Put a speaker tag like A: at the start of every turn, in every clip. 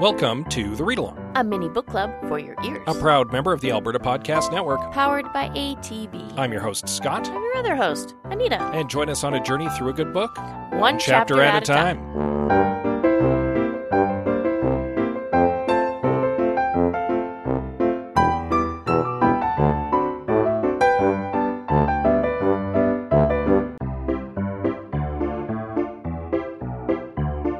A: Welcome to the Read Along,
B: a mini book club for your ears.
A: a proud member of the Alberta Podcast Network.
B: powered by ATB.
A: I'm your host, Scott,
B: I'm your other host, Anita.
A: and join us on a journey through a good book,
B: One, chapter, at, a time.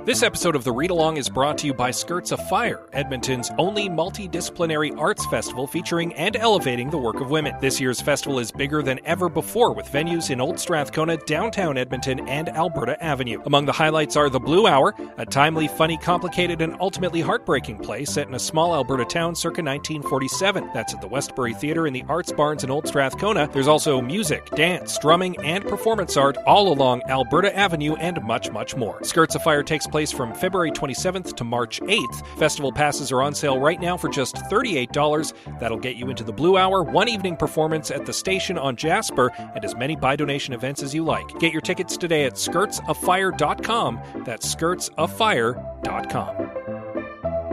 A: This episode of the Read Along is brought to you by Skirts of Fire, Edmonton's only multidisciplinary arts festival featuring and elevating the work of women. This year's festival is bigger than ever before with venues in Old Strathcona, downtown Edmonton, and Alberta Avenue. Among the highlights are The Blue Hour, a timely, funny, complicated, and ultimately heartbreaking play set in a small Alberta town circa 1947. That's at the Westbury Theatre in the Arts Barns in Old Strathcona. There's also music, dance, drumming, and performance art all along Alberta Avenue and much, much more. Skirts of Fire takes place from February 27th to March 8th. Festival passes are on sale right now for just $38. That'll get you into the Blue Hour, one evening performance at the station on Jasper, and as many by donation events as you like. Get your tickets today at skirtsoffire.com. That's skirtsoffire.com.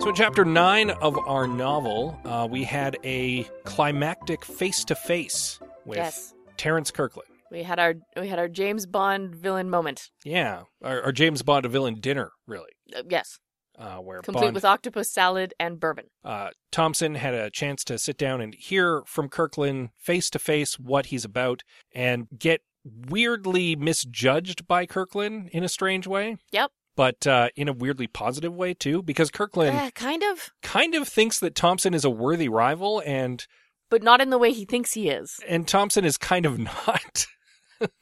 A: So, in chapter nine of our novel, uh, we had a climactic face to face with
B: Yes.
A: Terrence Kirkland.
B: We had our we had our James Bond villain moment.
A: Yeah, our, our James Bond villain dinner, really,
B: Uh, yes,
A: uh, where
B: complete
A: Bond,
B: with octopus salad and bourbon.
A: uh, Thompson had a chance to sit down and hear from Kirkland face to face what he's about and get weirdly misjudged by Kirkland in a strange way.
B: Yep.
A: But uh, in a weirdly positive way, too, because Kirkland
B: Eh, kind of,
A: kind of thinks that Thompson is a worthy rival and,
B: but not in the way he thinks he is.
A: and Thompson is kind of not.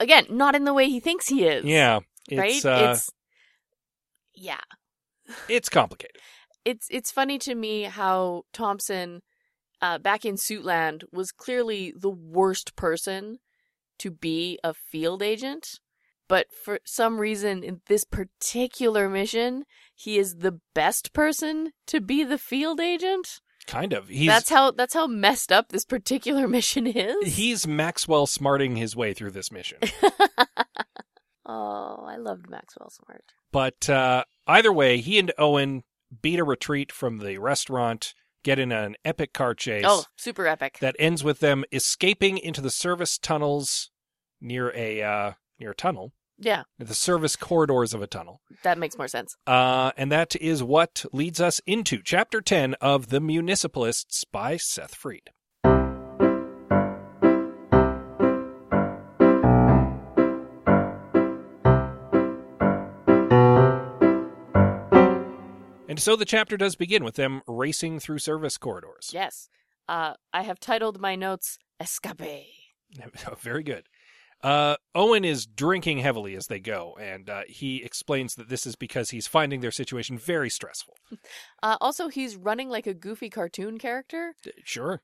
B: Again, not in the way he thinks he is.
A: yeah. It's,
B: right.
A: uh,
B: it's yeah.
A: it's complicated.
B: it's it's funny to me how Thompson, uh, back in Suitland, was clearly the worst person to be a field agent, but for some reason in this particular mission, he is the best person to be the field agent.
A: Kind of. He's
B: that's how that's how messed up this particular mission is.
A: he's Maxwell smarting his way through this mission.
B: oh, I loved Maxwell Smart.
A: But uh, either way, he and Owen beat a retreat from the restaurant, get in an epic car chase
B: Oh, super epic.
A: that ends with them escaping into the service tunnels near a uh, near a tunnel,
B: yeah,
A: the service corridors of a tunnel.
B: that makes more sense.
A: Uh, and that is what leads us into chapter 10 of The Municipalists by Seth Freed. And so the chapter does begin with them racing through service corridors.
B: Yes, uh, I have titled my notes "Escape."
A: Oh, Very good. Uh, Owen is drinking heavily as they go, and uh, he explains that this is because he's finding their situation very stressful.
B: Uh, also, he's running like a goofy cartoon character,
A: D- Sure.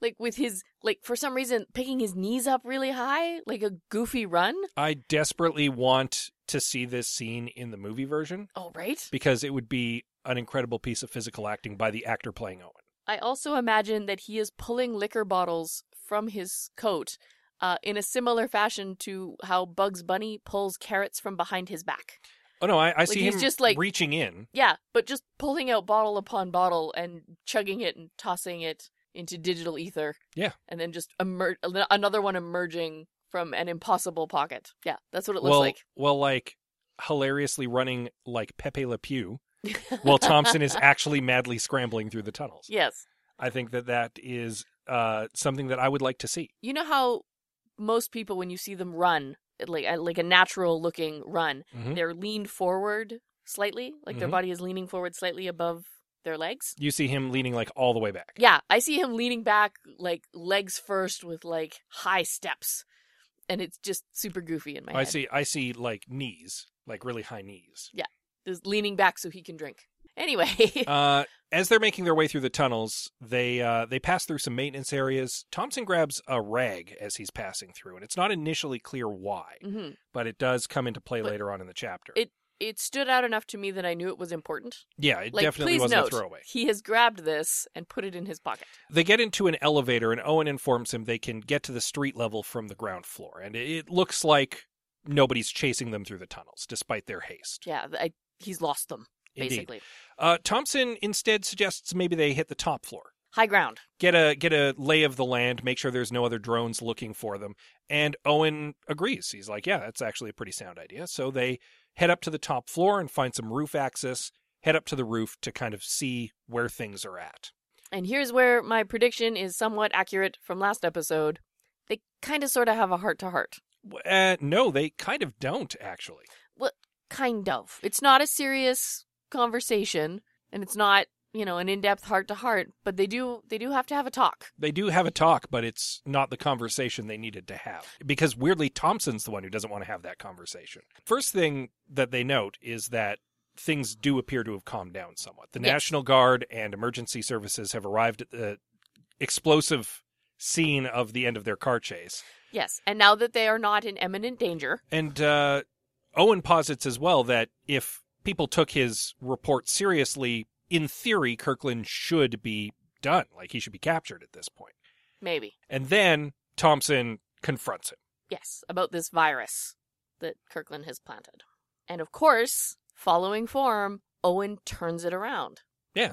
B: like with his like for some reason picking his knees up really high, like a goofy run.
A: I desperately want to see this scene in the movie version
B: Oh, right.
A: because it would be an incredible piece of physical acting by the actor playing Owen.
B: I also imagine that he is pulling liquor bottles from his coat, uh, in a similar fashion to how Bugs Bunny pulls carrots from behind his back.
A: Oh no, I, I see
B: he's
A: him
B: just, like-
A: reaching in.
B: Yeah, but just pulling out bottle upon bottle and chugging it and tossing it into digital ether.
A: Yeah.
B: and then just emer- another one emerging from an impossible pocket. Yeah, that's what it looks
A: well,
B: like.
A: well, like hilariously running like Pepe Le Pew, while Thompson is actually madly scrambling through the tunnels.
B: Yes.
A: I think that that is uh, something that I would like to see.
B: You know how most people, when you see them run, like like a natural looking run,
A: Mhm.
B: they're leaned forward slightly, like their
A: Mhm.
B: body is leaning forward slightly above their legs.
A: You see him leaning like all the way back.
B: Yeah, I see him leaning back, like legs first, with like high steps, and it's just super goofy in my
A: I
B: head.
A: see. I see like knees, like really high knees.
B: Just leaning back so he can drink. Anyway,
A: Uh, as they're making their way through the tunnels, they uh, they pass through some maintenance areas. Thompson grabs a rag as he's passing through, and it's not initially clear why,
B: Mhm.
A: but it does come into play
B: But
A: later on in the chapter.
B: it- it stood out enough to me that I knew it was important.
A: Yeah, it
B: Like,
A: definitely
B: please
A: wasn't
B: note,
A: a throwaway.
B: he has grabbed this and put it in his pocket.
A: They get into an elevator, and Owen informs him they can get to the street level from the ground floor. And it- it looks like nobody's chasing them through the tunnels, despite their haste.
B: Yeah, th- I, he's lost them
A: Indeed.
B: basically.
A: Uh, Thompson instead suggests maybe they hit the top floor.
B: High ground.
A: Get a get a lay of the land, make sure there's no other drones looking for them. And Owen agrees. He's like, "Yeah, that's actually a pretty sound idea." So they head up to the top floor and find some roof access, head up to the roof to kind of see where things are at.
B: And here's where my prediction is somewhat accurate from last episode. They kind of sort of have a heart to heart.
A: W- Uh, no, they kind of don't actually.
B: Kind of. It's not a serious conversation and it's not, you know, an in-depth heart to heart, but they do they do have to have a talk.
A: They do have a talk, but it's not the conversation they needed to have. Because weirdly, Thompson's the one who doesn't want to have that conversation. First thing that they note is that things do appear to have calmed down somewhat. The
B: Yes.
A: National Guard and emergency services have arrived at the explosive scene of the end of their car chase.
B: Yes. And now that they are not in imminent danger,
A: And uh, Owen posits as well that if people took his report seriously, in theory, Kirkland should be done. Like he should be captured at this point.
B: maybe.
A: And then Thompson confronts him.
B: Yes, about this virus that Kirkland has planted. And of course, following form, Owen turns it around.
A: Yeah.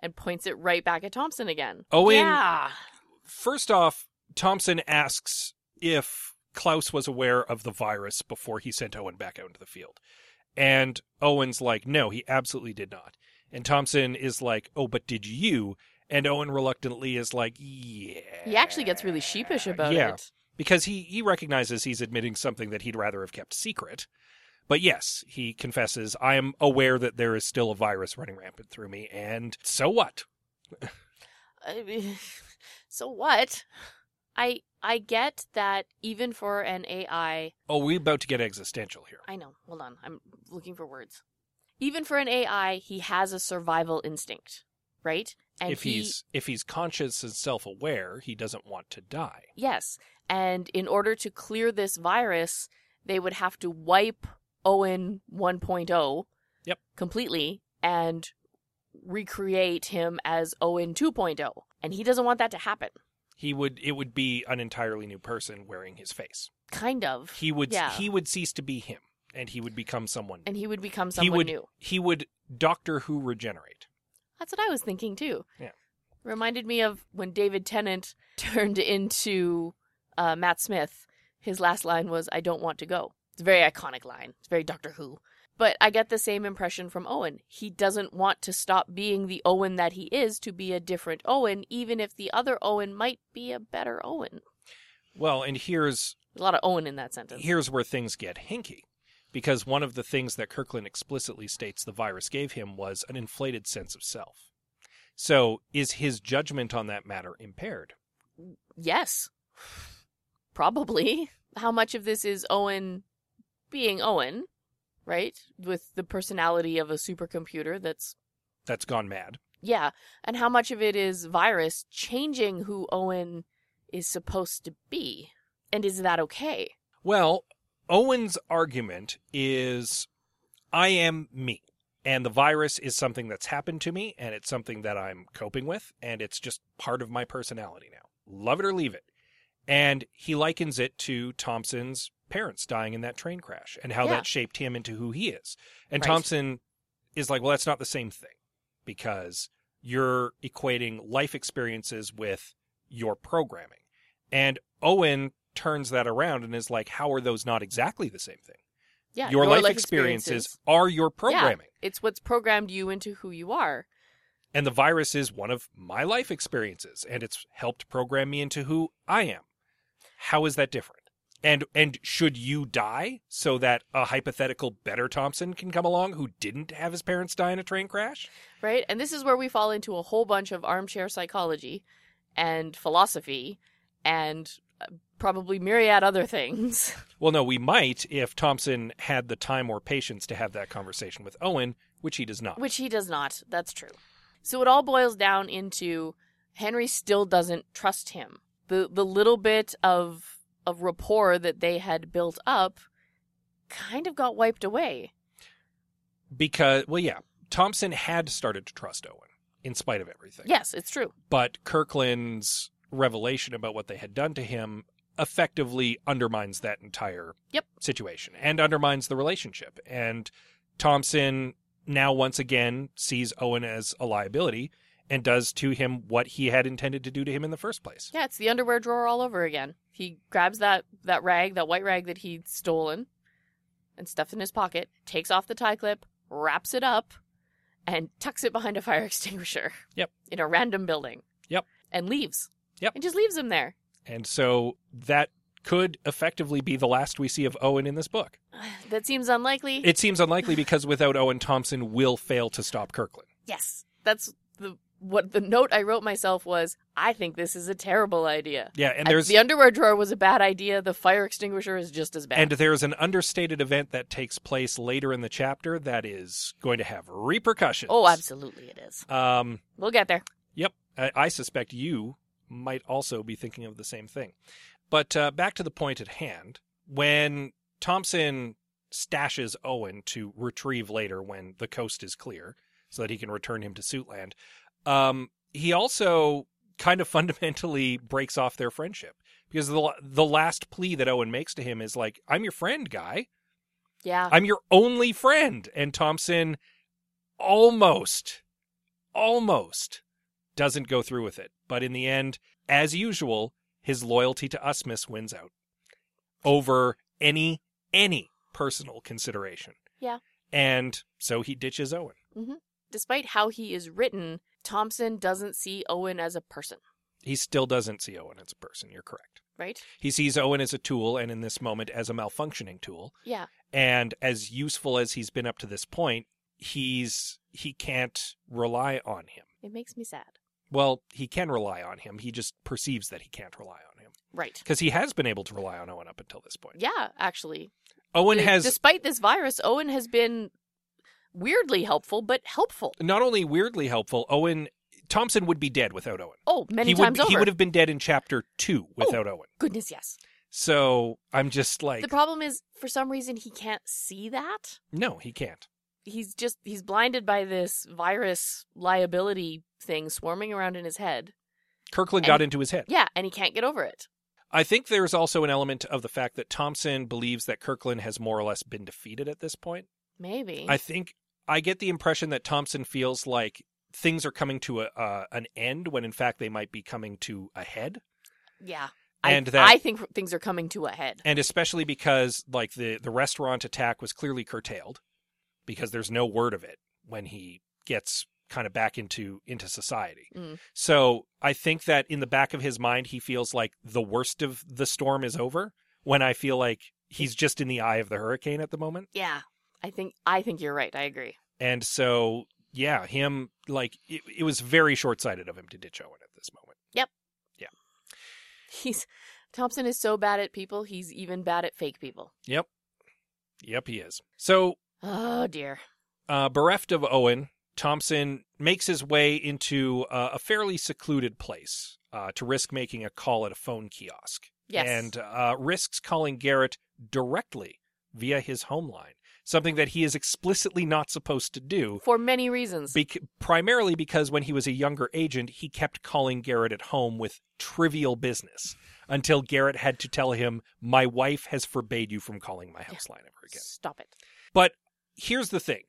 B: And points it right back at Thompson again.
A: Owen-
B: Yeah.
A: First off, Thompson asks if Klaus was aware of the virus before he sent Owen back out into the field. And Owen's like, no, he absolutely did not. And Thompson is like, oh, but did you? And Owen reluctantly is like, yeah.
B: He actually gets really sheepish about
A: yeah.
B: it.
A: Because he, he recognizes he's admitting something that he'd rather have kept secret. But yes, he confesses, I am aware that there is still a virus running rampant through me, and so what?
B: I mean, so what? I I get that even for an AI,
A: Oh, we're about to get existential here.
B: I know. Hold on, I'm looking for words. Even for an AI, he has a survival instinct, right?
A: if
B: he-
A: he's if he's conscious and self-aware, he doesn't want to die.
B: yes, and in order to clear this virus, they would have to wipe Owen 1.0
A: Yep.
B: completely and recreate him as Owen 2.0, and he doesn't want that to happen.
A: He would it would be an entirely new person wearing his face.
B: Kind of.
A: He would
B: Yeah.
A: he would cease to be him and he would become someone.
B: and he would become
A: he
B: someone
A: would
B: new.
A: he would Doctor Who regenerate.
B: That's what I was thinking too.
A: Yeah.
B: Reminded me of when David Tennant turned into uh, Matt Smith. His last line was, I don't want to go. It's a very iconic line. It's very Doctor Who. But I get the same impression from Owen. He doesn't want to stop being the Owen that he is to be a different Owen, even if the other Owen might be a better Owen.
A: Well, and here's
B: There's a lot of Owen in that sentence.
A: here's where things get hinky because one of the things that Kirkland explicitly states the virus gave him was an inflated sense of self. So, is his judgment on that matter impaired?
B: Yes. Probably. How much of this is Owen being Owen, right? With the personality of a supercomputer that's,
A: That's gone mad.
B: yeah. And how much of it is virus changing who Owen is supposed to be? And is that okay?
A: Well, Owen's argument is I am me. And the virus is something that's happened to me, and it's something that I'm coping with, and it's just part of my personality now. Love it or leave it. And he likens it to Thompson's parents dying in that train crash and how
B: Yeah.
A: that shaped him into who he is. And
B: Right.
A: Thompson is like, well, that's not the same thing because you're equating life experiences with your programming. And Owen turns that around and is like, how are those not exactly the same thing?
B: Yeah.
A: your, life, experiences, are your programming.
B: It's what's programmed you into who you are.
A: And the virus is one of my life experiences and it's helped program me into who I am. How is that different? And and should you die so that a hypothetical better Thompson can come along who didn't have his parents die in a train crash?
B: right? And this is where we fall into a whole bunch of armchair psychology and philosophy and uh, probably myriad other things.
A: Well, no, we might if Thompson had the time or patience to have that conversation with Owen, which he does not.
B: Which he does not. That's true. So it all boils down into Henry still doesn't trust him. The the little bit of of rapport that they had built up kind of got wiped away.
A: because well yeah, Thompson had started to trust Owen in spite of everything.
B: Yes, it's true.
A: But Kirkland's revelation about what they had done to him effectively undermines that entire
B: Yep.
A: situation and undermines the relationship. And Thompson now once again sees Owen as a liability and does to him what he had intended to do to him in the first place.
B: Yeah, it's the underwear drawer all over again. He grabs that that rag, that white rag that he'd stolen, and stuffs in his pocket. Takes off the tie clip, wraps it up, and tucks it behind a fire extinguisher.
A: Yep.
B: In a random building.
A: Yep.
B: And leaves.
A: Yep.
B: And just leaves him there.
A: And so that could effectively be the last we see of Owen in this book.
B: That seems unlikely.
A: It seems unlikely because without Owen, Thompson will fail to stop Kirkland.
B: yes, that's the what the note I wrote myself was. I think this is a terrible idea.
A: Yeah, and
B: I-
A: there's
B: the underwear drawer was a bad idea. The fire extinguisher is just as bad.
A: And there's an understated event that takes place later in the chapter that is going to have repercussions.
B: oh, absolutely, it is.
A: Um,
B: We'll get there.
A: yep. I, I suspect you might also be thinking of the same thing. But uh, back to the point at hand. When Thompson stashes Owen to retrieve later when the coast is clear so that he can return him to Suitland, um, he also kind of fundamentally breaks off their friendship because the, la- the last plea that Owen makes to him is like, I'm your friend, guy.
B: Yeah.
A: I'm your only friend. And Thompson almost, almost doesn't go through with it. But in the end, as usual, his loyalty to Usmus wins out over any, any personal consideration.
B: Yeah.
A: And so he ditches Owen.
B: Despite how he is written, Thompson doesn't see Owen as a person,
A: He still doesn't see Owen as a person. You're correct.
B: right?
A: He sees Owen as a tool, and in this moment, as a malfunctioning tool.
B: Yeah.
A: and as useful as he's been up to this point he's he can't rely on him
B: It makes me sad.
A: well he can rely on him he just perceives that he can't rely on him
B: Right.
A: because he has been able to rely on owen up until this point
B: Yeah, actually.
A: owen
B: D-
A: has
B: Despite this virus, Owen has been weirdly helpful, but helpful.
A: not only weirdly helpful owen thompson would be dead without owen
B: Oh, many
A: he
B: times
A: would,
B: over.
A: he would have been dead in chapter two without owen
B: Goodness, yes.
A: so i'm just like
B: the problem is, for some reason, he can't see that.
A: no he can't
B: He's just, he's blinded by this virus liability thing swarming around in his head.
A: kirkland
B: And-
A: got into his head
B: Yeah, and he can't get over it.
A: I think there's also an element of the fact that Thompson believes that Kirkland has more or less been defeated at this point.
B: Maybe.
A: I think I get the impression that Thompson feels like things are coming to a, uh, an end when in fact they might be coming to a head.
B: yeah.
A: And
B: I,
A: that-
B: I think things are coming to a head.
A: And especially because like the, the restaurant attack was clearly curtailed because there's no word of it when he gets kind of back into into society.
B: Mm.
A: So I think that in the back of his mind he feels like the worst of the storm is over when I feel like he's just in the eye of the hurricane at the moment.
B: Yeah, I think I think you're right. I agree.
A: And so, yeah, him like it, it was very short sighted of him to ditch Owen at this moment.
B: He's Thompson is so bad at people. He's even bad at fake people.
A: Yep, yep, he is. So,
B: Oh dear.
A: uh, bereft of Owen, Thompson makes his way into uh, a fairly secluded place uh, to risk making a call at a phone kiosk,
B: Yes.
A: and uh, risks calling Garrett directly via his home line, something that he is explicitly not supposed to do.
B: for many reasons.
A: Bec- primarily because when he was a younger agent, he kept calling Garrett at home with trivial business until Garrett had to tell him, My wife has forbade you from calling my house line ever again.
B: Stop it.
A: But here's the thing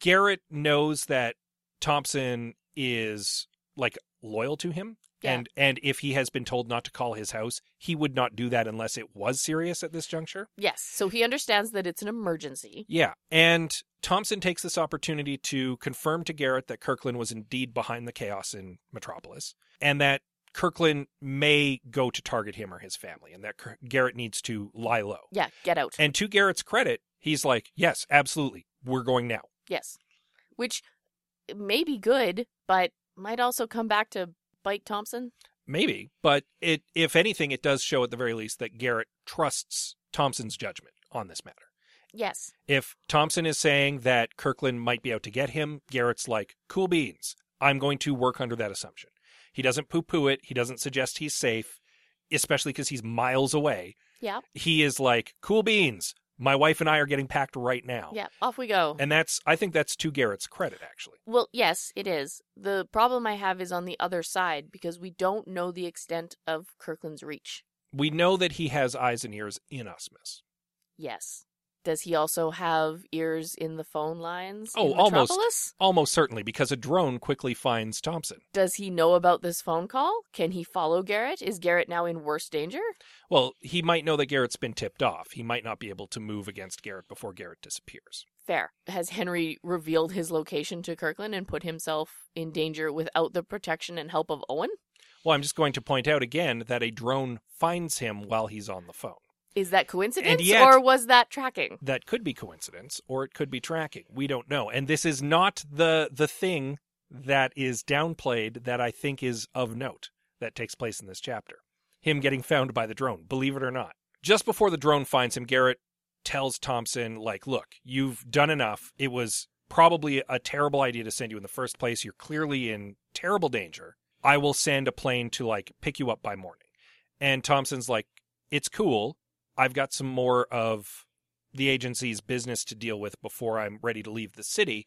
A: Garrett knows that Thompson is like loyal to him.
B: Yeah.
A: And and if he has been told not to call his house, he would not do that unless it was serious at this juncture.
B: Yes. So he understands that it's an emergency.
A: Yeah. And Thompson takes this opportunity to confirm to Garrett that Kirkland was indeed behind the chaos in Metropolis and that Kirkland may go to target him or his family and that Kir- Garrett needs to lie low.
B: Yeah. Get out.
A: And to Garrett's credit, he's like, yes, absolutely. We're going now.
B: yes. Which may be good, but might also come back to bite Thompson.
A: Maybe. But it, if anything, it does show at the very least that Garrett trusts Thompson's judgment on this matter.
B: Yes.
A: If Thompson is saying that Kirkland might be out to get him, Garrett's like, cool beans. I'm going to work under that assumption. He doesn't poo poo it. He doesn't suggest he's safe, especially because he's miles away.
B: Yeah.
A: He is like, cool beans. My wife and I are getting packed right now.
B: Yeah, off we go.
A: And that's I think that's to Garrett's credit actually.
B: Well, yes, it is. The problem I have is on the other side because we don't know the extent of Kirkland's reach.
A: We know that he has eyes and ears in Osmus.
B: Yes. Does he also have ears in the phone lines?
A: Oh,
B: in
A: almost.
B: Metropolis?
A: Almost certainly because a drone quickly finds Thompson.
B: Does he know about this phone call? Can he follow Garrett? Is Garrett now in worse danger?
A: Well, he might know that Garrett's been tipped off. He might not be able to move against Garrett before Garrett disappears.
B: Fair. Has Henry revealed his location to Kirkland and put himself in danger without the protection and help of Owen?
A: Well, I'm just going to point out again that a drone finds him while he's on the phone.
B: Is that coincidence
A: yet-
B: or was that tracking?
A: That could be coincidence or it could be tracking. We don't know. And this is not the the thing that is downplayed that I think is of note that takes place in this chapter. Him getting found by the drone, believe it or not. Just before the drone finds him, Garrett tells Thompson like, "Look, you've done enough. It was probably a terrible idea to send you in the first place. You're clearly in terrible danger. I will send a plane to like pick you up by morning." And Thompson's like, "It's cool. I've got some more of the agency's business to deal with before I'm ready to leave the city.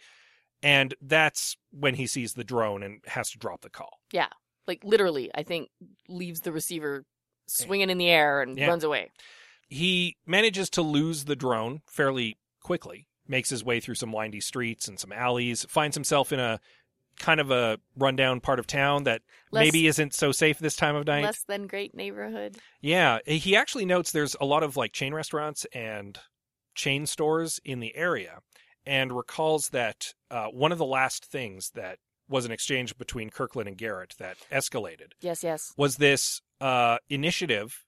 A: And that's when he sees the drone and has to drop the call.
B: Like literally, I think leaves the receiver swinging in the air and
A: Eh. Yeah.
B: runs away.
A: He manages to lose the drone fairly quickly, makes his way through some windy streets and some alleys, finds himself in a kind of a rundown part of town that
B: Less-
A: maybe isn't so safe this time of night.
B: Less than great neighborhood.
A: Yeah, eh, he actually notes there's a lot of like chain restaurants and chain stores in the area, and recalls that uh, one of the last things that was an exchange between Kirkland and Garrett that escalated
B: Yes, yes.
A: was this uh, initiative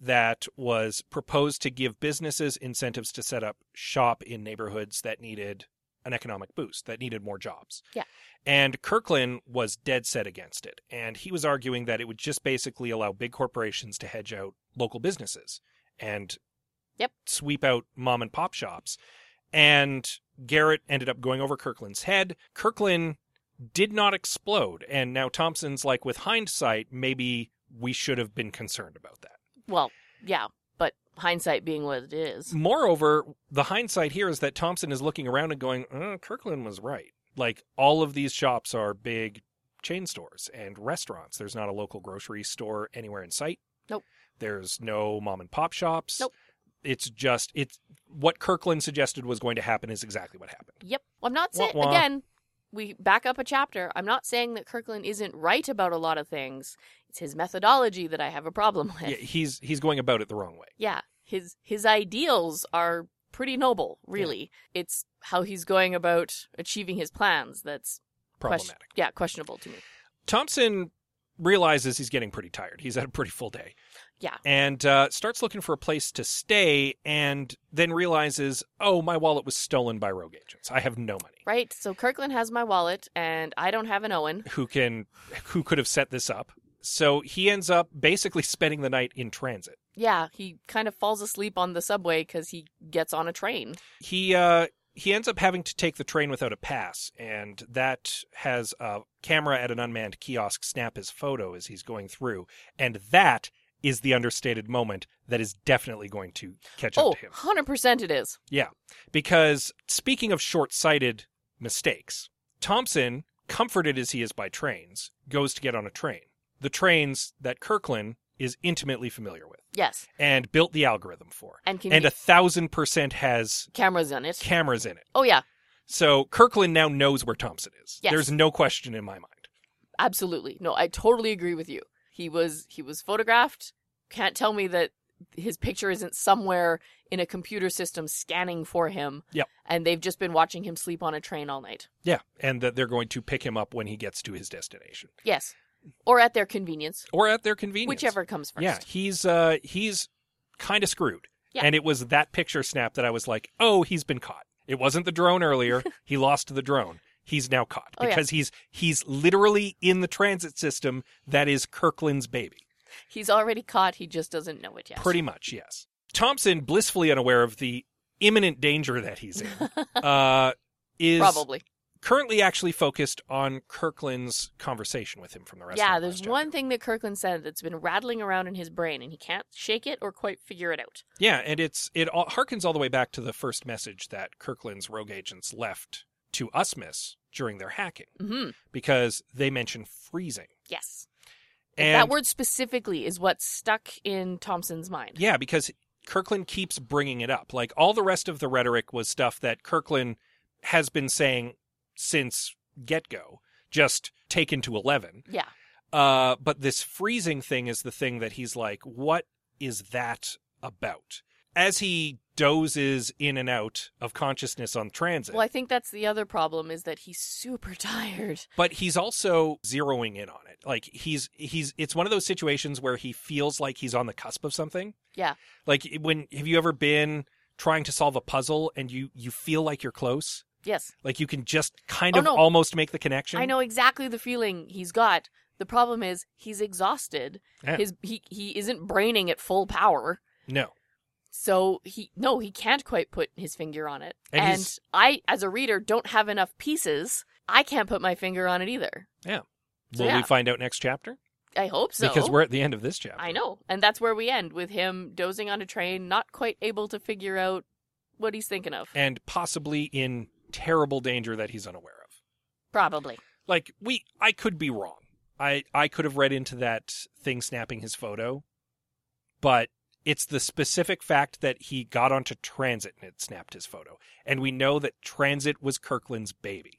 A: that was proposed to give businesses incentives to set up shop in neighborhoods that needed an economic boost, that needed more jobs.
B: Yeah.
A: And Kirkland was dead set against it. And he was arguing that it would just basically allow big corporations to hedge out local businesses and
B: Yep.
A: sweep out mom and pop shops. And Garrett ended up going over Kirkland's head. Kirkland did not explode. And now Thompson's like, with hindsight, maybe we should have been concerned about that.
B: Well, yeah, but hindsight being what it is.
A: Moreover, the hindsight here is that Thompson is looking around and going, uh, Kirkland was right. Like, all of these shops are big chain stores and restaurants. There's not a local grocery store anywhere in sight.
B: Nope.
A: There's no mom and pop shops.
B: Nope.
A: It's just, it's what Kirkland suggested was going to happen is exactly what happened.
B: Yep. I'm not saying
A: Wah, wah.
B: again. We back up a chapter. I'm not saying that Kirkland isn't right about a lot of things. It's his methodology that I have a problem with.
A: Yeah, he's he's going about it the wrong way.
B: yeah his his ideals are pretty noble really it's how he's going about achieving his plans that's question-
A: Problematic.
B: yeah questionable to me
A: Thompson realizes he's getting pretty tired. He's had a pretty full day.
B: Yeah.
A: And uh, starts looking for a place to stay and then realizes, oh, my wallet was stolen by rogue agents. I have no money.
B: right so kirkland has my wallet and i don't have an owen
A: Who can who could have set this up? So he ends up basically spending the night in transit.
B: yeah he kind of falls asleep on the subway because he gets on a train
A: He uh he ends up having to take the train without a pass, and that has a camera at an unmanned kiosk snap his photo as he's going through, and that is the understated moment that is definitely going to catch up
B: oh
A: to him.
B: 100% it is
A: Because speaking of short sighted mistakes, Thompson, comforted as he is by trains, goes to get on a train. The trains that Kirkland is intimately familiar with
B: yes
A: and built the algorithm for.
B: and can
A: And a thousand percent has
B: cameras on it
A: cameras in it.
B: oh yeah
A: So Kirkland now knows where Thompson is.
B: Yes.
A: There's no question in my mind.
B: absolutely no i totally agree with you he was he was photographed can't tell me that his picture isn't somewhere in a computer system scanning for him
A: Yep.
B: and they've just been watching him sleep on a train all night
A: Yeah. And that they're going to pick him up when he gets to his destination
B: yes or at their convenience,
A: or at their convenience.
B: whichever comes first
A: Yeah, he's uh he's kind of screwed.
B: Yeah.
A: And it was that picture snap that I was like, "Oh, he's been caught." It wasn't the drone earlier. he lost the drone. He's now caught
B: Oh, yeah.
A: because he's he's literally in the transit system that is Kirkland's baby.
B: he's already caught he just doesn't know it yet
A: Pretty much, yes. Thompson, blissfully unaware of the imminent danger that he's in, uh, is
B: probably
A: currently actually focused on Kirkland's conversation with him from the rest
B: yeah,
A: of
B: there's one thing that Kirkland said that's been rattling around in his brain, and he can't shake it or quite figure it out.
A: Yeah, and it's it all, harkens all the way back to the first message that Kirkland's rogue agents left to Usmus during their hacking
B: hmm
A: because they mention freezing.
B: Yes.
A: And
B: that word specifically is what stuck in Thompson's mind.
A: Yeah, because Kirkland keeps bringing it up. Like all the rest of the rhetoric was stuff that Kirkland has been saying since get go, just taken to 11.
B: Yeah.
A: Uh, but this freezing thing is the thing that he's like, what is that about? As he dozes in and out of consciousness on transit,
B: Well, I think that's the other problem is that he's super tired.
A: but he's also zeroing in on it. Like he's he's it's one of those situations where he feels like he's on the cusp of something.
B: Yeah.
A: Like when have you ever been trying to solve a puzzle and you you feel like you're close?
B: Yes.
A: Like you can just kind
B: Oh,
A: of
B: no.
A: almost make the connection.
B: I know exactly the feeling he's got. The problem is he's exhausted.
A: Yeah.
B: His he he isn't braining at full power.
A: No.
B: So he no, he can't quite put his finger on it.
A: And
B: And,
A: he's-
B: I as a reader don't have enough pieces. I can't put my finger on it either. So,
A: Will we
B: yeah.
A: find out next chapter?
B: I hope so.
A: Because we're at the end of this chapter.
B: I know. And that's where we end with him dozing on a train, not quite able to figure out what he's thinking of.
A: And possibly in terrible danger that he's unaware of.
B: Probably.
A: Like we I could be wrong. I I could have read into that thing snapping his photo. But it's the specific fact that he got onto transit and it snapped his photo. And we know that transit was Kirkland's baby.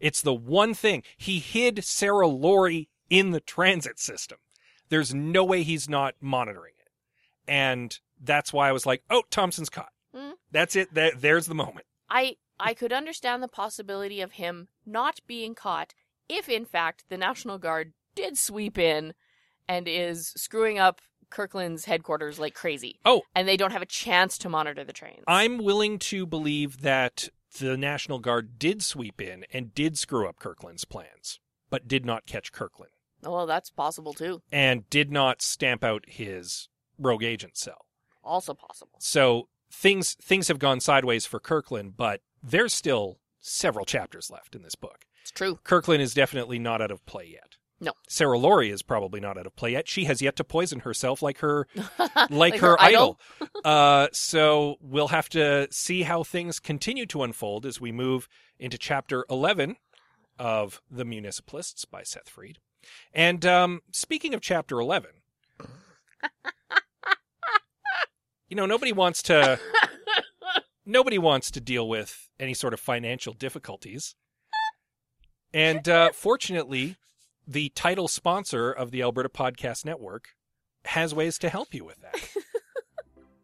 A: It's the one thing he hid Sarah Laurie in the transit system. There's no way he's not monitoring it. And that's why I was like, "Oh, Thompson's caught."
B: Mm.
A: That's it. There, there's the moment.
B: I I could understand the possibility of him not being caught if in fact the National Guard did sweep in and is screwing up Kirkland's headquarters like crazy.
A: Oh.
B: And they don't have a chance to monitor the trains.
A: I'm willing to believe that the National Guard did sweep in and did screw up Kirkland's plans, but did not catch Kirkland
B: Well, that's possible too.
A: and did not stamp out his rogue agent cell.
B: Also possible.
A: So things things have gone sideways for Kirkland, but there's still several chapters left in this book.
B: It's true.
A: Kirkland is definitely not out of play yet.
B: No.
A: Sarah Laurie is probably not out of play yet. She has yet to poison herself like her like, her, idol. uh, so we'll have to see how things continue to unfold as we move into chapter 11 of The Municipalists by Seth Freed. And um, speaking of chapter 11, you know, nobody wants to. Nobody wants to deal with any sort of financial difficulties. And uh, fortunately, the title sponsor of the Alberta Podcast Network has ways to help you with that.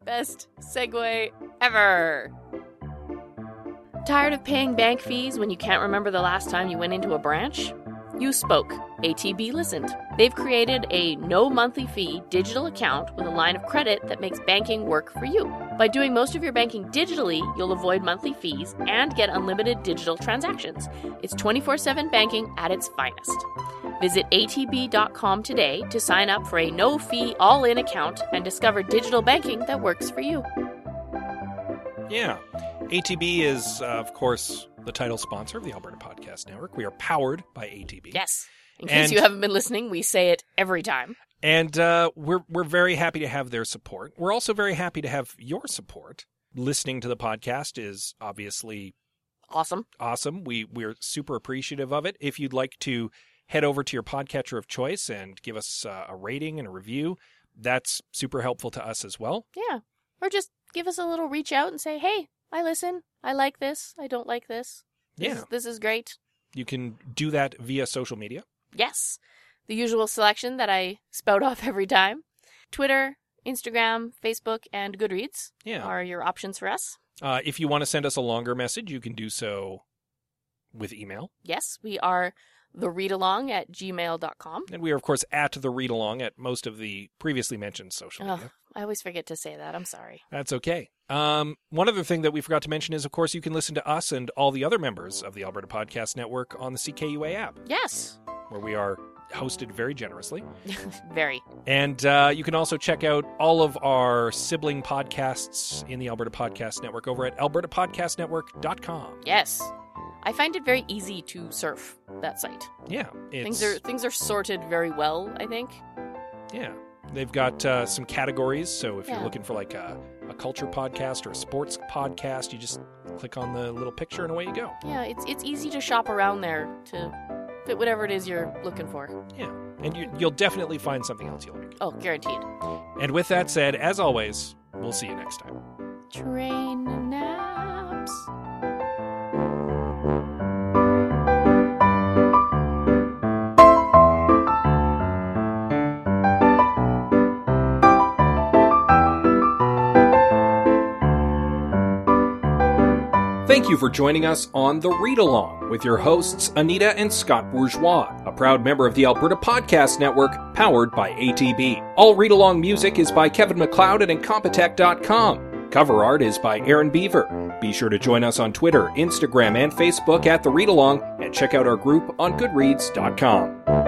B: Best segue ever. Tired of paying bank fees when you can't remember the last time you went into a branch? You spoke. ATB listened. They've created a no monthly fee digital account with a line of credit that makes banking work for you. By doing most of your banking digitally, you'll avoid monthly fees and get unlimited digital transactions. It's 24 7 banking at its finest. Visit atb.com today to sign up for a no fee all in account and discover digital banking that works for you.
A: Yeah. ATB is, uh, of course, the title sponsor of the Alberta Podcast Network. We are powered by ATB.
B: Yes. In case
A: And-
B: you haven't been listening, we say it every time.
A: And uh, we're, we're very happy to have their support. We're also very happy to have your support. Listening to the podcast is obviously
B: Awesome.
A: awesome. We, we're super appreciative of it. If you'd like to head over to your podcatcher of choice and give us uh, a rating and a review, that's super helpful to us as well.
B: Yeah. Or just give us a little reach out and say, hey, I listen. I like this. I don't like this. This,
A: Yeah.
B: is- this is great.
A: You can do that via social media.
B: Yes. The usual selection that I spout off every time Twitter, Instagram, Facebook, and Goodreads
A: Yeah.
B: are your options for us.
A: Uh, if you want to send us a longer message, you can do so with email.
B: Yes, we are the readalong at gmail.com.
A: And we are, of course, at the read along at most of the previously mentioned social
B: Ugh,
A: media.
B: I always forget to say that. I'm sorry.
A: That's okay. Um, one other thing that we forgot to mention is, of course, you can listen to us and all the other members of the Alberta Podcast Network on the CKUA app,
B: Yes.
A: where we are hosted very generously.
B: Very.
A: And uh, you can also check out all of our sibling podcasts in the Alberta Podcast Network over at albertapodcastnetwork.com.
B: Yes. I find it very easy to surf that site.
A: Yeah,
B: Things are things are sorted very well, I think.
A: yeah. They've got uh, some categories, so if you're
B: Yeah.
A: looking for like a, a culture podcast or a sports podcast, you just click on the little picture and away you go.
B: Yeah, it's it's easy to shop around there to fit whatever it is you're looking for.
A: Yeah, and you, you'll definitely find something else you like.
B: Oh, guaranteed.
A: And with that said, as always, we'll see you next time.
B: Train naps.
A: Thank you for joining us on The Read Along with your hosts, Anita and Scott Bourgeois, a proud member of the Alberta Podcast Network, powered by ATB. All read along music is by Kevin McLeod at Incompetech.com. Cover art is by Aaron Beaver. Be sure to join us on Twitter, Instagram, and Facebook at The Read Along, and check out our group on Goodreads.com.